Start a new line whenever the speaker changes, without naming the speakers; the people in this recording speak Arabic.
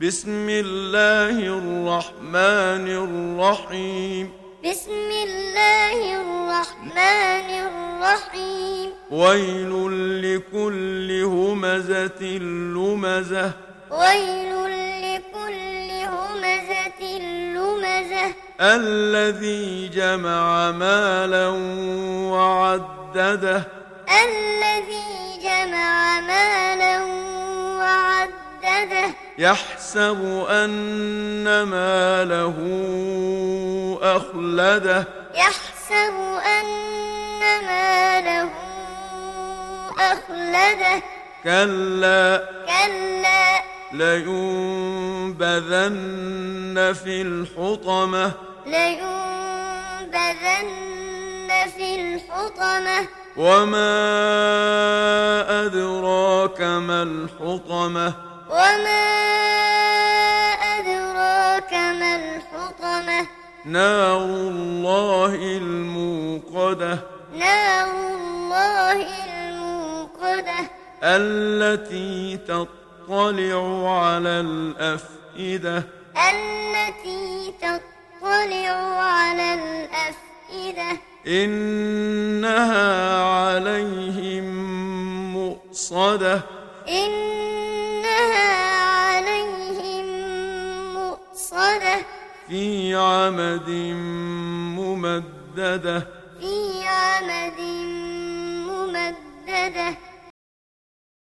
بسم الله الرحمن الرحيم
بسم الله الرحمن الرحيم
ويل لكل همزة لمزة
ويل لكل همزة لمزة
الذي جمع مالا وعدده
الذي جمع مالا وعدده
يحسب أن ماله أخلده
يحسب أن ماله أخلده
كلا
كلا
لينبذن في الحطمة
لينبذن في الحطمة
وما أدراك ما الحطمة
وما أدراك ما الحطمة
نار الله الموقدة
نار الله الموقدة
التي تطلع على الأفئدة
التي تطلع على الأفئدة
إنها عليهم مؤصدة
إنها عليهم مؤصدة
في عمد ممدده